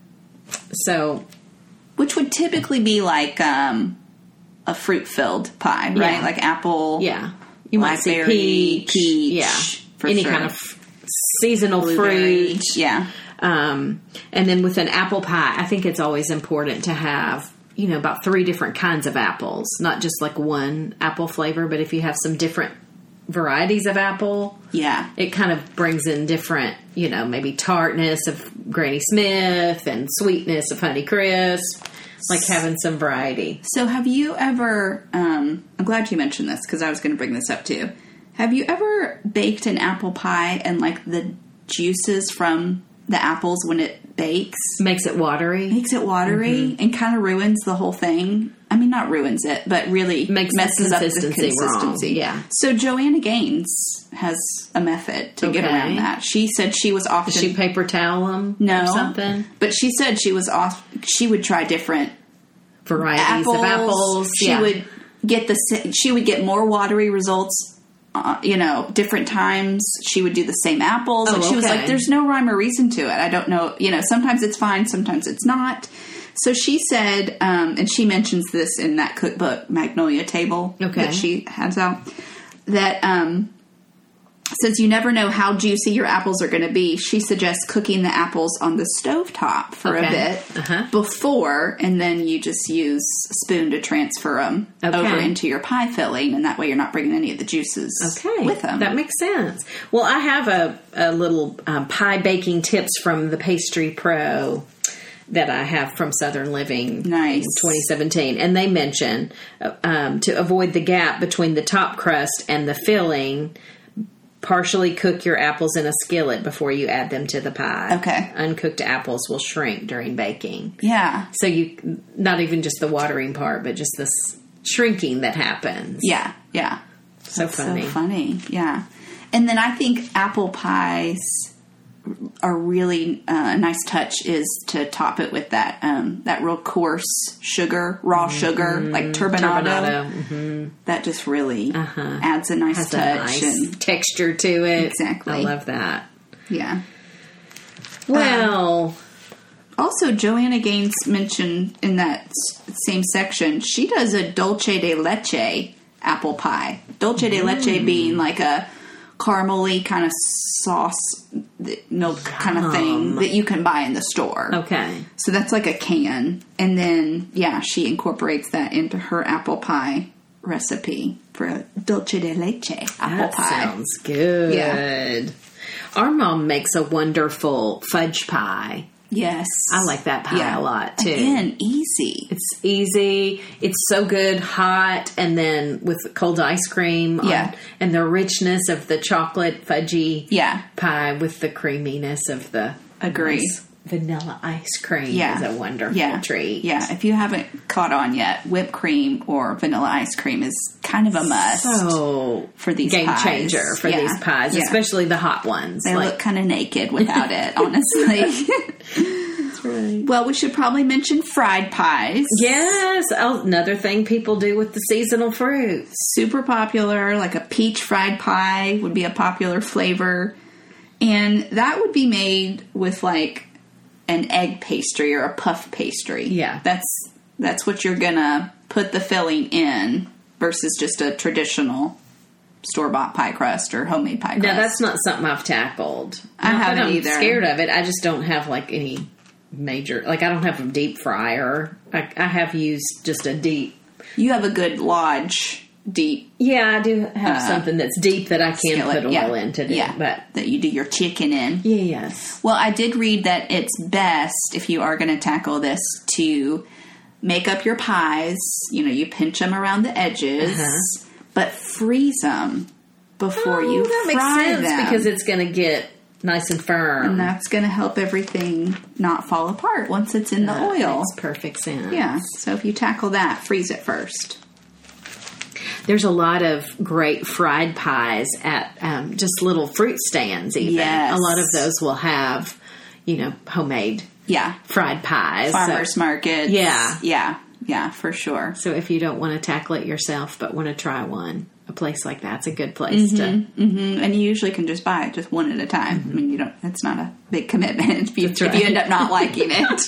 [SPEAKER 1] so
[SPEAKER 2] Which would typically be like um, a fruit filled pie, right?
[SPEAKER 1] Yeah.
[SPEAKER 2] Like apple.
[SPEAKER 1] yeah, you might see
[SPEAKER 2] Blackberry,
[SPEAKER 1] peach,
[SPEAKER 2] peach,
[SPEAKER 1] yeah,
[SPEAKER 2] for
[SPEAKER 1] any
[SPEAKER 2] sure.
[SPEAKER 1] kind of f- seasonal
[SPEAKER 2] blueberry.
[SPEAKER 1] fruit.
[SPEAKER 2] Yeah.
[SPEAKER 1] Um, and then with an apple pie, I think it's always important to have, you know, about three different kinds of apples, not just like one apple flavor, but if you have some different varieties of apple,
[SPEAKER 2] Yeah.
[SPEAKER 1] it kind of brings in different, you know, maybe tartness of Granny Smith and sweetness of Honey Crisp, like having some variety.
[SPEAKER 2] So, have you ever? Um, I'm glad you mentioned this because I was going to bring this up too. Have you ever baked an apple pie and like the juices from the apples when it bakes
[SPEAKER 1] Makes it watery.
[SPEAKER 2] makes it watery and kind of ruins the whole thing? I mean, not ruins it, but really
[SPEAKER 1] Makes the
[SPEAKER 2] messes up the
[SPEAKER 1] consistency wrong,
[SPEAKER 2] consistency.
[SPEAKER 1] yeah.
[SPEAKER 2] So Joanna Gaines has a method to get
[SPEAKER 1] Okay.
[SPEAKER 2] around that. She said she was often
[SPEAKER 1] She paper towel them
[SPEAKER 2] no
[SPEAKER 1] or something.
[SPEAKER 2] but she said she was off. She would try different
[SPEAKER 1] Varieties
[SPEAKER 2] apples.
[SPEAKER 1] of apples.
[SPEAKER 2] She
[SPEAKER 1] yeah.
[SPEAKER 2] would get the sa- she would get more watery results. Uh, you know, different times she would do the same apples,
[SPEAKER 1] Oh,
[SPEAKER 2] and she was
[SPEAKER 1] okay.
[SPEAKER 2] like, "There's no rhyme or reason to it. I don't know. You know, sometimes it's fine, sometimes it's not." So she said, um, and she mentions this in that cookbook Magnolia Table
[SPEAKER 1] Okay.
[SPEAKER 2] that she hands out. That um, since you never know how juicy your apples are going to be, she suggests cooking the apples on the stove top for a
[SPEAKER 1] Okay.
[SPEAKER 2] bit before, and then you just use a spoon to transfer them
[SPEAKER 1] Okay.
[SPEAKER 2] over into your pie filling, and that way you're not bringing any of the juices
[SPEAKER 1] Okay,
[SPEAKER 2] with them.
[SPEAKER 1] that makes sense. Well, I have a, a little um, pie baking tips from the Pastry Pro that I have from Southern Living.
[SPEAKER 2] Nice.
[SPEAKER 1] 2017, and they mention uh, um, to avoid the gap between the top crust and the filling. Partially cook your apples in a skillet before you add them to the pie.
[SPEAKER 2] Okay.
[SPEAKER 1] Uncooked apples will shrink during baking.
[SPEAKER 2] yeah,
[SPEAKER 1] So you not even just the watering part, but just this shrinking that happens.
[SPEAKER 2] yeah, yeah.
[SPEAKER 1] So funny.
[SPEAKER 2] So funny, yeah. And then I think apple pies are really uh, a nice touch is to top it with that um, that real coarse sugar, raw sugar like turbinado.
[SPEAKER 1] Mm-hmm. Turbinado. Uh-huh.
[SPEAKER 2] That just really adds a nice
[SPEAKER 1] Has
[SPEAKER 2] touch.
[SPEAKER 1] a nice
[SPEAKER 2] And,
[SPEAKER 1] texture to it.
[SPEAKER 2] Exactly.
[SPEAKER 1] I love that.
[SPEAKER 2] yeah.
[SPEAKER 1] Well,
[SPEAKER 2] Also, Joanna Gaines mentioned in that s- same section, she does a dulce de leche apple pie. Dulce de
[SPEAKER 1] Mm.
[SPEAKER 2] leche being like a caramely kind of sauce th- milk kind of thing that you can buy in the store.
[SPEAKER 1] okay.
[SPEAKER 2] So that's like a can. And then, yeah, she incorporates that into her apple pie recipe for a dulce de leche apple
[SPEAKER 1] that
[SPEAKER 2] pie.
[SPEAKER 1] sounds good. Our mom makes a wonderful fudge pie.
[SPEAKER 2] yes.
[SPEAKER 1] I like that pie a lot too.
[SPEAKER 2] Again, easy.
[SPEAKER 1] It's easy. It's so good hot and then with cold ice cream on-
[SPEAKER 2] Yeah.
[SPEAKER 1] and the richness of the chocolate fudgy
[SPEAKER 2] Yeah.
[SPEAKER 1] pie with the creaminess of the
[SPEAKER 2] Agree.
[SPEAKER 1] nice vanilla ice cream
[SPEAKER 2] yeah.
[SPEAKER 1] is a wonderful
[SPEAKER 2] yeah.
[SPEAKER 1] treat.
[SPEAKER 2] Yeah, if you haven't caught on yet, whipped cream or vanilla ice cream is kind of a must.
[SPEAKER 1] so
[SPEAKER 2] for these
[SPEAKER 1] Oh, game
[SPEAKER 2] pies.
[SPEAKER 1] changer for
[SPEAKER 2] Yeah.
[SPEAKER 1] these pies,
[SPEAKER 2] Yeah.
[SPEAKER 1] especially the hot ones.
[SPEAKER 2] they look kind
[SPEAKER 1] (laughs)
[SPEAKER 2] of naked without it, honestly. Well, we should probably mention fried pies.
[SPEAKER 1] yes, oh, another thing people do with the seasonal fruits.
[SPEAKER 2] Super popular, like a peach fried pie would be a popular flavor. And that would be made with like an egg pastry or a puff pastry.
[SPEAKER 1] Yeah.
[SPEAKER 2] That's that's what you're gonna put the filling in versus just a traditional store bought pie crust or homemade pie crust.
[SPEAKER 1] Now that's not something I've tackled.
[SPEAKER 2] I
[SPEAKER 1] Not that
[SPEAKER 2] haven't
[SPEAKER 1] I'm
[SPEAKER 2] either.
[SPEAKER 1] Scared of it. I just don't have like any major. Like I don't have a deep fryer. I, I have used just a deep.
[SPEAKER 2] you have a good lodge deep
[SPEAKER 1] Yeah, I do have something that's deep that I can
[SPEAKER 2] Uh, skillet.
[SPEAKER 1] put oil
[SPEAKER 2] yeah.
[SPEAKER 1] into. Do,
[SPEAKER 2] yeah.
[SPEAKER 1] but
[SPEAKER 2] that you do your chicken in.
[SPEAKER 1] yes,
[SPEAKER 2] Well, I did read that it's best if you are going to tackle this to make up your pies. You know, you pinch them around the edges, but freeze them before
[SPEAKER 1] Oh, Uh-huh.
[SPEAKER 2] you
[SPEAKER 1] Mm, that makes
[SPEAKER 2] fry
[SPEAKER 1] sense
[SPEAKER 2] them.
[SPEAKER 1] because it's going to get nice and firm.
[SPEAKER 2] And that's going to help everything not fall apart once it's in the oil.
[SPEAKER 1] Makes perfect sense.
[SPEAKER 2] Yeah. So if you tackle that, freeze it first.
[SPEAKER 1] There's a lot of great fried pies at um, just little fruit stands, even.
[SPEAKER 2] Yes.
[SPEAKER 1] A lot of those will have, you know, homemade
[SPEAKER 2] Yeah.
[SPEAKER 1] fried pies. So-
[SPEAKER 2] Farmers markets.
[SPEAKER 1] Yeah.
[SPEAKER 2] Yeah. Yeah, for sure.
[SPEAKER 1] So, if you don't want to tackle it yourself but want to try one, a place like that's a good place to.
[SPEAKER 2] Mm, And you usually can just buy it just one at a time. I mean, you don't. It's not a big commitment if you,
[SPEAKER 1] That's
[SPEAKER 2] if you
[SPEAKER 1] right.
[SPEAKER 2] end up not liking
[SPEAKER 1] (laughs)
[SPEAKER 2] it.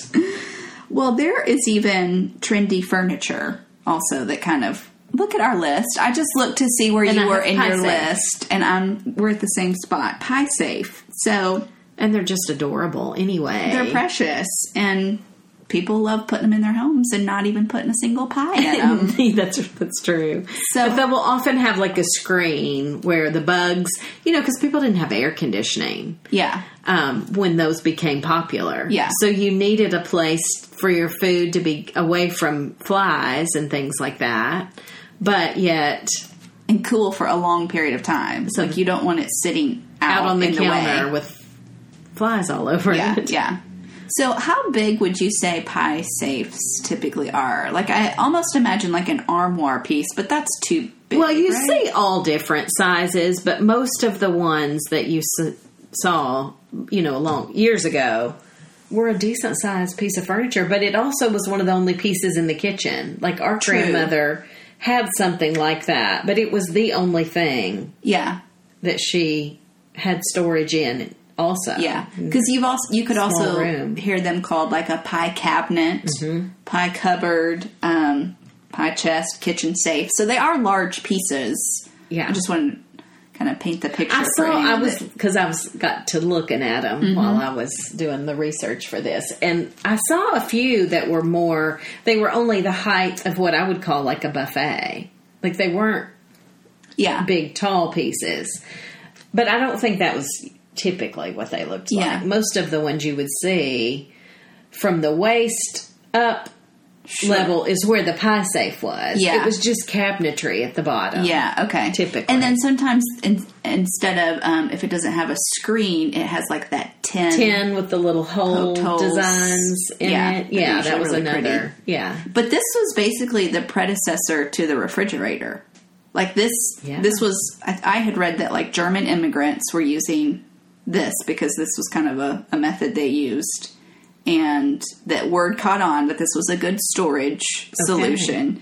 [SPEAKER 2] well, there is even trendy furniture also that kind of look at our list. I just looked to see where
[SPEAKER 1] And
[SPEAKER 2] you
[SPEAKER 1] I
[SPEAKER 2] were
[SPEAKER 1] have
[SPEAKER 2] in
[SPEAKER 1] Pie
[SPEAKER 2] your
[SPEAKER 1] Safe.
[SPEAKER 2] list, and I'm we're at the same spot. Pie safe. So
[SPEAKER 1] And they're just adorable anyway.
[SPEAKER 2] they're precious and. People love putting them in their homes and not even putting a single pie in
[SPEAKER 1] (laughs)
[SPEAKER 2] them.
[SPEAKER 1] that's that's true.
[SPEAKER 2] Um, So-
[SPEAKER 1] but they will often have like a screen where the bugs, you know, because people didn't have air conditioning
[SPEAKER 2] yeah.
[SPEAKER 1] um, when those became popular.
[SPEAKER 2] Yeah.
[SPEAKER 1] so you needed a place for your food to be away from flies and things like that. But yet,
[SPEAKER 2] And cool for a long period of time. So like you don't want it sitting out,
[SPEAKER 1] Mm-hmm. out on the
[SPEAKER 2] in way.
[SPEAKER 1] counter with flies all over
[SPEAKER 2] Yeah,
[SPEAKER 1] it.
[SPEAKER 2] yeah. So, how big would you say pie safes typically are? Like, I almost imagine like an armoire piece, but that's too big.
[SPEAKER 1] Well, you
[SPEAKER 2] right?
[SPEAKER 1] see all different sizes, but most of the ones that you s- saw, you know, long years ago, were a decent sized piece of furniture. But it also was one of the only pieces in the kitchen. Like our
[SPEAKER 2] True.
[SPEAKER 1] grandmother had something like that, but it was the only thing
[SPEAKER 2] yeah,
[SPEAKER 1] that she had storage in. Also,
[SPEAKER 2] yeah. Because you've also you could also
[SPEAKER 1] Mm-hmm. room. Mm-hmm.
[SPEAKER 2] hear them called like a pie cabinet, pie cupboard, um, pie chest, kitchen safe. So they are large pieces.
[SPEAKER 1] Yeah.
[SPEAKER 2] I just want to kind of paint the picture.
[SPEAKER 1] I
[SPEAKER 2] for
[SPEAKER 1] saw. I
[SPEAKER 2] anyone
[SPEAKER 1] was
[SPEAKER 2] that-
[SPEAKER 1] because I was got to looking at them
[SPEAKER 2] Mm-hmm.
[SPEAKER 1] while I was doing the research for this, and I saw a few that were more. They were only the height of what I would call like a buffet. Like they weren't
[SPEAKER 2] yeah,
[SPEAKER 1] big, tall pieces, but I don't think that was typically what they looked
[SPEAKER 2] Yeah.
[SPEAKER 1] like. Most of the ones you would see from the waist up
[SPEAKER 2] Sure.
[SPEAKER 1] level is where the pie safe was.
[SPEAKER 2] Yeah.
[SPEAKER 1] it was just cabinetry at the bottom.
[SPEAKER 2] Yeah, okay.
[SPEAKER 1] Typically.
[SPEAKER 2] And then sometimes in, instead of, um, if it doesn't have a screen, it has like that tin.
[SPEAKER 1] tin with the little hole
[SPEAKER 2] Hotels.
[SPEAKER 1] designs in
[SPEAKER 2] Yeah,
[SPEAKER 1] it.
[SPEAKER 2] they're
[SPEAKER 1] Yeah,
[SPEAKER 2] usually
[SPEAKER 1] that was
[SPEAKER 2] really
[SPEAKER 1] another.
[SPEAKER 2] pretty.
[SPEAKER 1] Yeah,
[SPEAKER 2] But this was basically the predecessor to the refrigerator. Like this,
[SPEAKER 1] Yeah.
[SPEAKER 2] this was, I, I had read that like German immigrants were using this because this was kind of a, a method they used. And that word caught on that this was a good storage solution.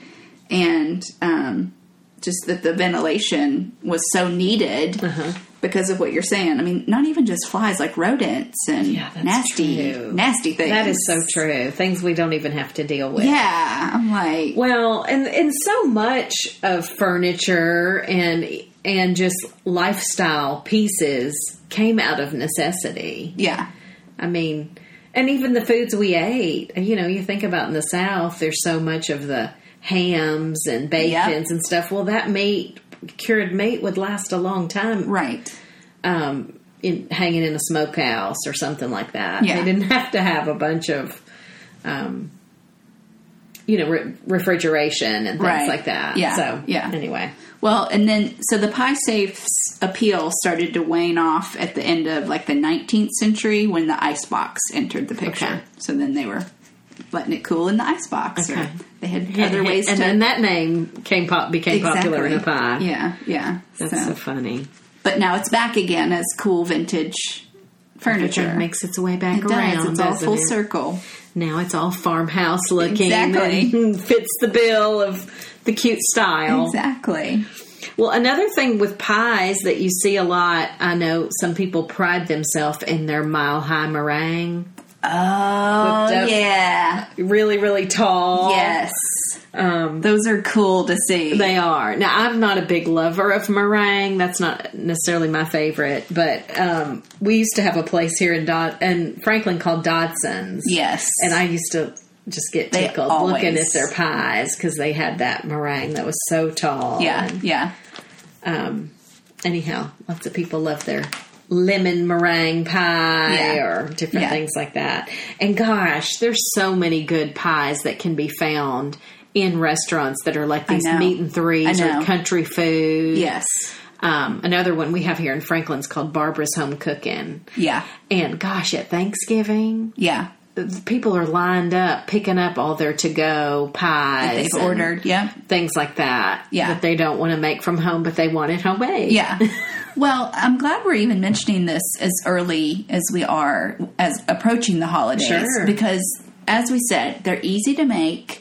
[SPEAKER 2] And, um, just that the ventilation was so needed
[SPEAKER 1] Uh-huh.
[SPEAKER 2] because of what you're saying. I mean, not even just flies, like rodents and
[SPEAKER 1] Yeah, that's
[SPEAKER 2] nasty,
[SPEAKER 1] true.
[SPEAKER 2] nasty things.
[SPEAKER 1] that is so true. Things we don't even have to deal with.
[SPEAKER 2] Yeah, I'm like,
[SPEAKER 1] Well, and and so much of furniture and and just lifestyle pieces came out of necessity.
[SPEAKER 2] yeah,
[SPEAKER 1] I mean, and even the foods we ate, you know, you think about in the South, there's so much of the hams and bacons and stuff. Well, that meat, cured meat, would last a long time
[SPEAKER 2] right.
[SPEAKER 1] um, in, hanging in a smokehouse or something like that.
[SPEAKER 2] Yeah.
[SPEAKER 1] They didn't have to have a bunch of, um, you know, re- refrigeration and things
[SPEAKER 2] Right.
[SPEAKER 1] like that.
[SPEAKER 2] Yeah.
[SPEAKER 1] So
[SPEAKER 2] Yeah.
[SPEAKER 1] Anyway,
[SPEAKER 2] Well, and then so the pie safe's appeal started to wane off at the end of like the 19th century when the icebox entered the picture.
[SPEAKER 1] Okay.
[SPEAKER 2] So then they were letting it cool in the icebox,
[SPEAKER 1] Okay.
[SPEAKER 2] or they had other ways
[SPEAKER 1] and
[SPEAKER 2] to
[SPEAKER 1] then that name came pop became popular in a pie.
[SPEAKER 2] Yeah, yeah.
[SPEAKER 1] That's so,
[SPEAKER 2] So-
[SPEAKER 1] funny.
[SPEAKER 2] but now it's back again as cool vintage furniture.
[SPEAKER 1] It makes its way back
[SPEAKER 2] It does.
[SPEAKER 1] around.
[SPEAKER 2] It's all
[SPEAKER 1] doesn't
[SPEAKER 2] full
[SPEAKER 1] it?
[SPEAKER 2] circle.
[SPEAKER 1] Now it's all farmhouse looking.
[SPEAKER 2] Exactly.
[SPEAKER 1] (laughs) and fits the bill of the cute style.
[SPEAKER 2] Exactly.
[SPEAKER 1] Well, another thing with pies that you see a lot, I know some people pride themselves in their mile high meringue.
[SPEAKER 2] Oh
[SPEAKER 1] Whipped up.
[SPEAKER 2] yeah.
[SPEAKER 1] Really, really tall.
[SPEAKER 2] Yes.
[SPEAKER 1] Um,
[SPEAKER 2] Those are cool to see.
[SPEAKER 1] they are. Now, I'm not a big lover of meringue. That's not necessarily my favorite, but um, we used to have a place here in, Dod- in Franklin called Dodson's.
[SPEAKER 2] yes.
[SPEAKER 1] And I used to just get
[SPEAKER 2] They
[SPEAKER 1] tickled
[SPEAKER 2] always-
[SPEAKER 1] looking at their pies because they had that meringue that was so tall.
[SPEAKER 2] yeah, yeah.
[SPEAKER 1] um, anyhow, lots of people love their lemon meringue pie
[SPEAKER 2] Yeah.
[SPEAKER 1] or different
[SPEAKER 2] Yeah.
[SPEAKER 1] things like that. And gosh, there's so many good pies that can be found in restaurants that are like these
[SPEAKER 2] know.
[SPEAKER 1] meat and threes
[SPEAKER 2] I
[SPEAKER 1] or
[SPEAKER 2] know.
[SPEAKER 1] country food.
[SPEAKER 2] Yes.
[SPEAKER 1] Um, another one we have here in Franklin's called Barbara's Home Cooking.
[SPEAKER 2] Yeah.
[SPEAKER 1] And gosh, at Thanksgiving,
[SPEAKER 2] Yeah.
[SPEAKER 1] the people are lined up picking up all their to go pies.
[SPEAKER 2] They've
[SPEAKER 1] and
[SPEAKER 2] ordered. Yeah.
[SPEAKER 1] Things like that.
[SPEAKER 2] Yeah.
[SPEAKER 1] That they don't want to make from home, but they want it homemade.
[SPEAKER 2] (laughs) Yeah. Well, I'm glad we're even mentioning this as early as we are as approaching the holidays
[SPEAKER 1] Sure.
[SPEAKER 2] because as we said, they're easy to make.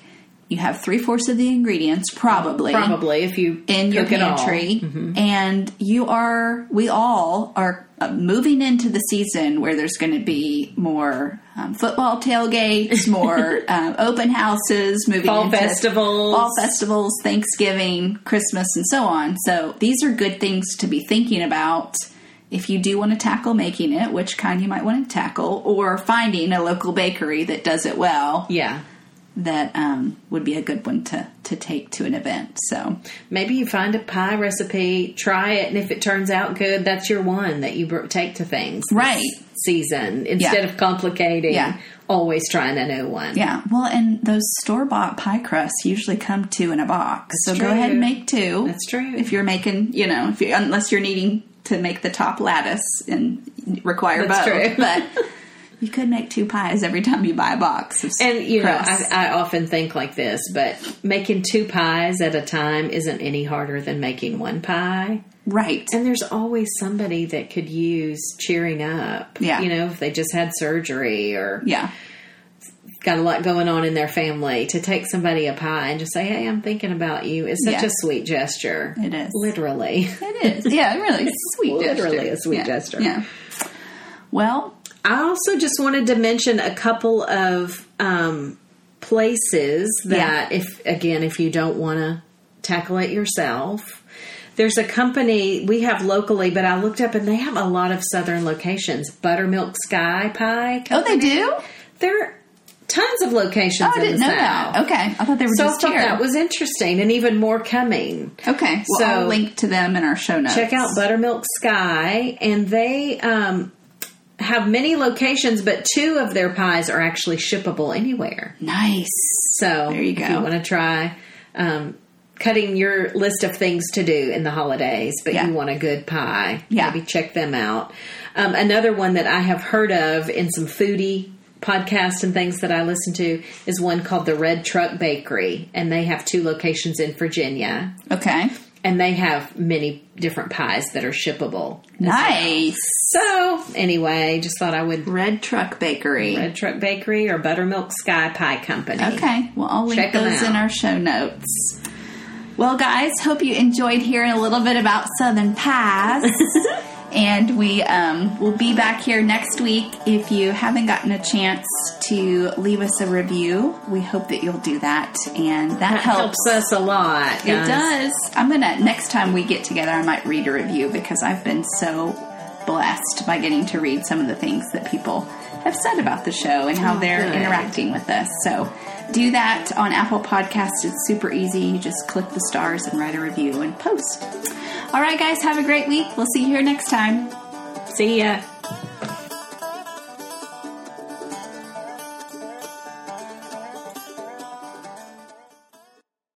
[SPEAKER 2] You have three fourths of the ingredients probably,
[SPEAKER 1] Probably if you
[SPEAKER 2] in your
[SPEAKER 1] cook it all. Mm-hmm.
[SPEAKER 2] pantry, and you are. We all are uh, moving into the season where there's going to be more um, football
[SPEAKER 1] (laughs)
[SPEAKER 2] tailgates, more um, open houses, moving
[SPEAKER 1] Fall
[SPEAKER 2] into
[SPEAKER 1] festivals.
[SPEAKER 2] fall festivals, Thanksgiving, Christmas, and so on. So these are good things to be thinking about. If you do want to tackle making it, which kind you might want to tackle, or finding a local bakery that does it well,
[SPEAKER 1] Yeah.
[SPEAKER 2] that um, would be a good one to, to take to an event. So
[SPEAKER 1] Maybe you find a pie recipe, try it, and if it turns out good, that's your one that you br- take to things. this
[SPEAKER 2] Right.
[SPEAKER 1] Season. Instead of complicating,
[SPEAKER 2] Yeah.
[SPEAKER 1] always trying a new one.
[SPEAKER 2] Yeah, well, and those store bought pie crusts usually come two in a box. so
[SPEAKER 1] true.
[SPEAKER 2] go ahead and make two.
[SPEAKER 1] That's true.
[SPEAKER 2] If you're making, you know, if you, unless you're needing to make the top lattice and require
[SPEAKER 1] That's true.
[SPEAKER 2] both, but you could make two pies every time you buy a box. Of
[SPEAKER 1] And you
[SPEAKER 2] crusts.
[SPEAKER 1] know, I, I often think like this, but making two pies at a time isn't any harder than making one pie.
[SPEAKER 2] right?
[SPEAKER 1] And there's always somebody that could use cheering up.
[SPEAKER 2] Yeah.
[SPEAKER 1] You know, if they just had surgery or
[SPEAKER 2] yeah,
[SPEAKER 1] got a lot going on in their family, to take somebody a pie and just say, Hey, I'm thinking about you is such
[SPEAKER 2] Yeah.
[SPEAKER 1] a sweet gesture.
[SPEAKER 2] It is.
[SPEAKER 1] Literally. (laughs)
[SPEAKER 2] it is. (laughs) Yeah, really it's a sweet.
[SPEAKER 1] Literally
[SPEAKER 2] gesture.
[SPEAKER 1] a sweet
[SPEAKER 2] Yeah,
[SPEAKER 1] gesture.
[SPEAKER 2] Yeah. Well,
[SPEAKER 1] I also just wanted to mention a couple of um, places that, if again, if you don't want to tackle it yourself, there's a company we have locally, but I looked up and they have a lot of southern locations. Buttermilk Sky Pie.
[SPEAKER 2] oh, they do.
[SPEAKER 1] There are tons of locations.
[SPEAKER 2] Oh, I
[SPEAKER 1] in
[SPEAKER 2] didn't
[SPEAKER 1] the
[SPEAKER 2] know
[SPEAKER 1] South.
[SPEAKER 2] that. Okay, I thought they were
[SPEAKER 1] So I
[SPEAKER 2] just
[SPEAKER 1] thought
[SPEAKER 2] here.
[SPEAKER 1] that was interesting, and even more coming.
[SPEAKER 2] okay, so
[SPEAKER 1] So-
[SPEAKER 2] I'll link to them in our show notes.
[SPEAKER 1] check out Buttermilk Sky, and they um, have many locations, but two of their pies are actually shippable anywhere.
[SPEAKER 2] Nice.
[SPEAKER 1] So
[SPEAKER 2] There you
[SPEAKER 1] if
[SPEAKER 2] go.
[SPEAKER 1] you want to try um, cutting your list of things to do in the holidays, but
[SPEAKER 2] Yeah.
[SPEAKER 1] you want a good pie,
[SPEAKER 2] Yeah.
[SPEAKER 1] maybe check them out. Um, another one that I have heard of in some foodie podcasts and things that I listen to is one called the Red Truck Bakery, and they have two locations in Virginia.
[SPEAKER 2] Okay.
[SPEAKER 1] And they have many different pies that are shippable.
[SPEAKER 2] Nice.
[SPEAKER 1] So, anyway, just thought I would
[SPEAKER 2] Red Truck Bakery.
[SPEAKER 1] Red Truck Bakery or Buttermilk Sky Pie Company.
[SPEAKER 2] Okay. Well, I'll link
[SPEAKER 1] Check 'em
[SPEAKER 2] those
[SPEAKER 1] out.
[SPEAKER 2] in our show notes. Well, guys, hope you enjoyed hearing a little bit about
[SPEAKER 1] (laughs)
[SPEAKER 2] Southern Pies. and we um, will be back here next week. If you haven't gotten a chance to leave us a review, we hope that you'll do that. And that,
[SPEAKER 1] That helps us a lot.
[SPEAKER 2] It
[SPEAKER 1] guys.
[SPEAKER 2] does. I'm gonna next time we get together, I might read a review because I've been so blessed by getting to read some of the things that people have said about the show and how they're
[SPEAKER 1] good.
[SPEAKER 2] interacting with us. So do that on Apple Podcasts. It's super easy. You just click the stars and write a review and post. All right, guys, have a great week. We'll see you here next time.
[SPEAKER 1] See ya.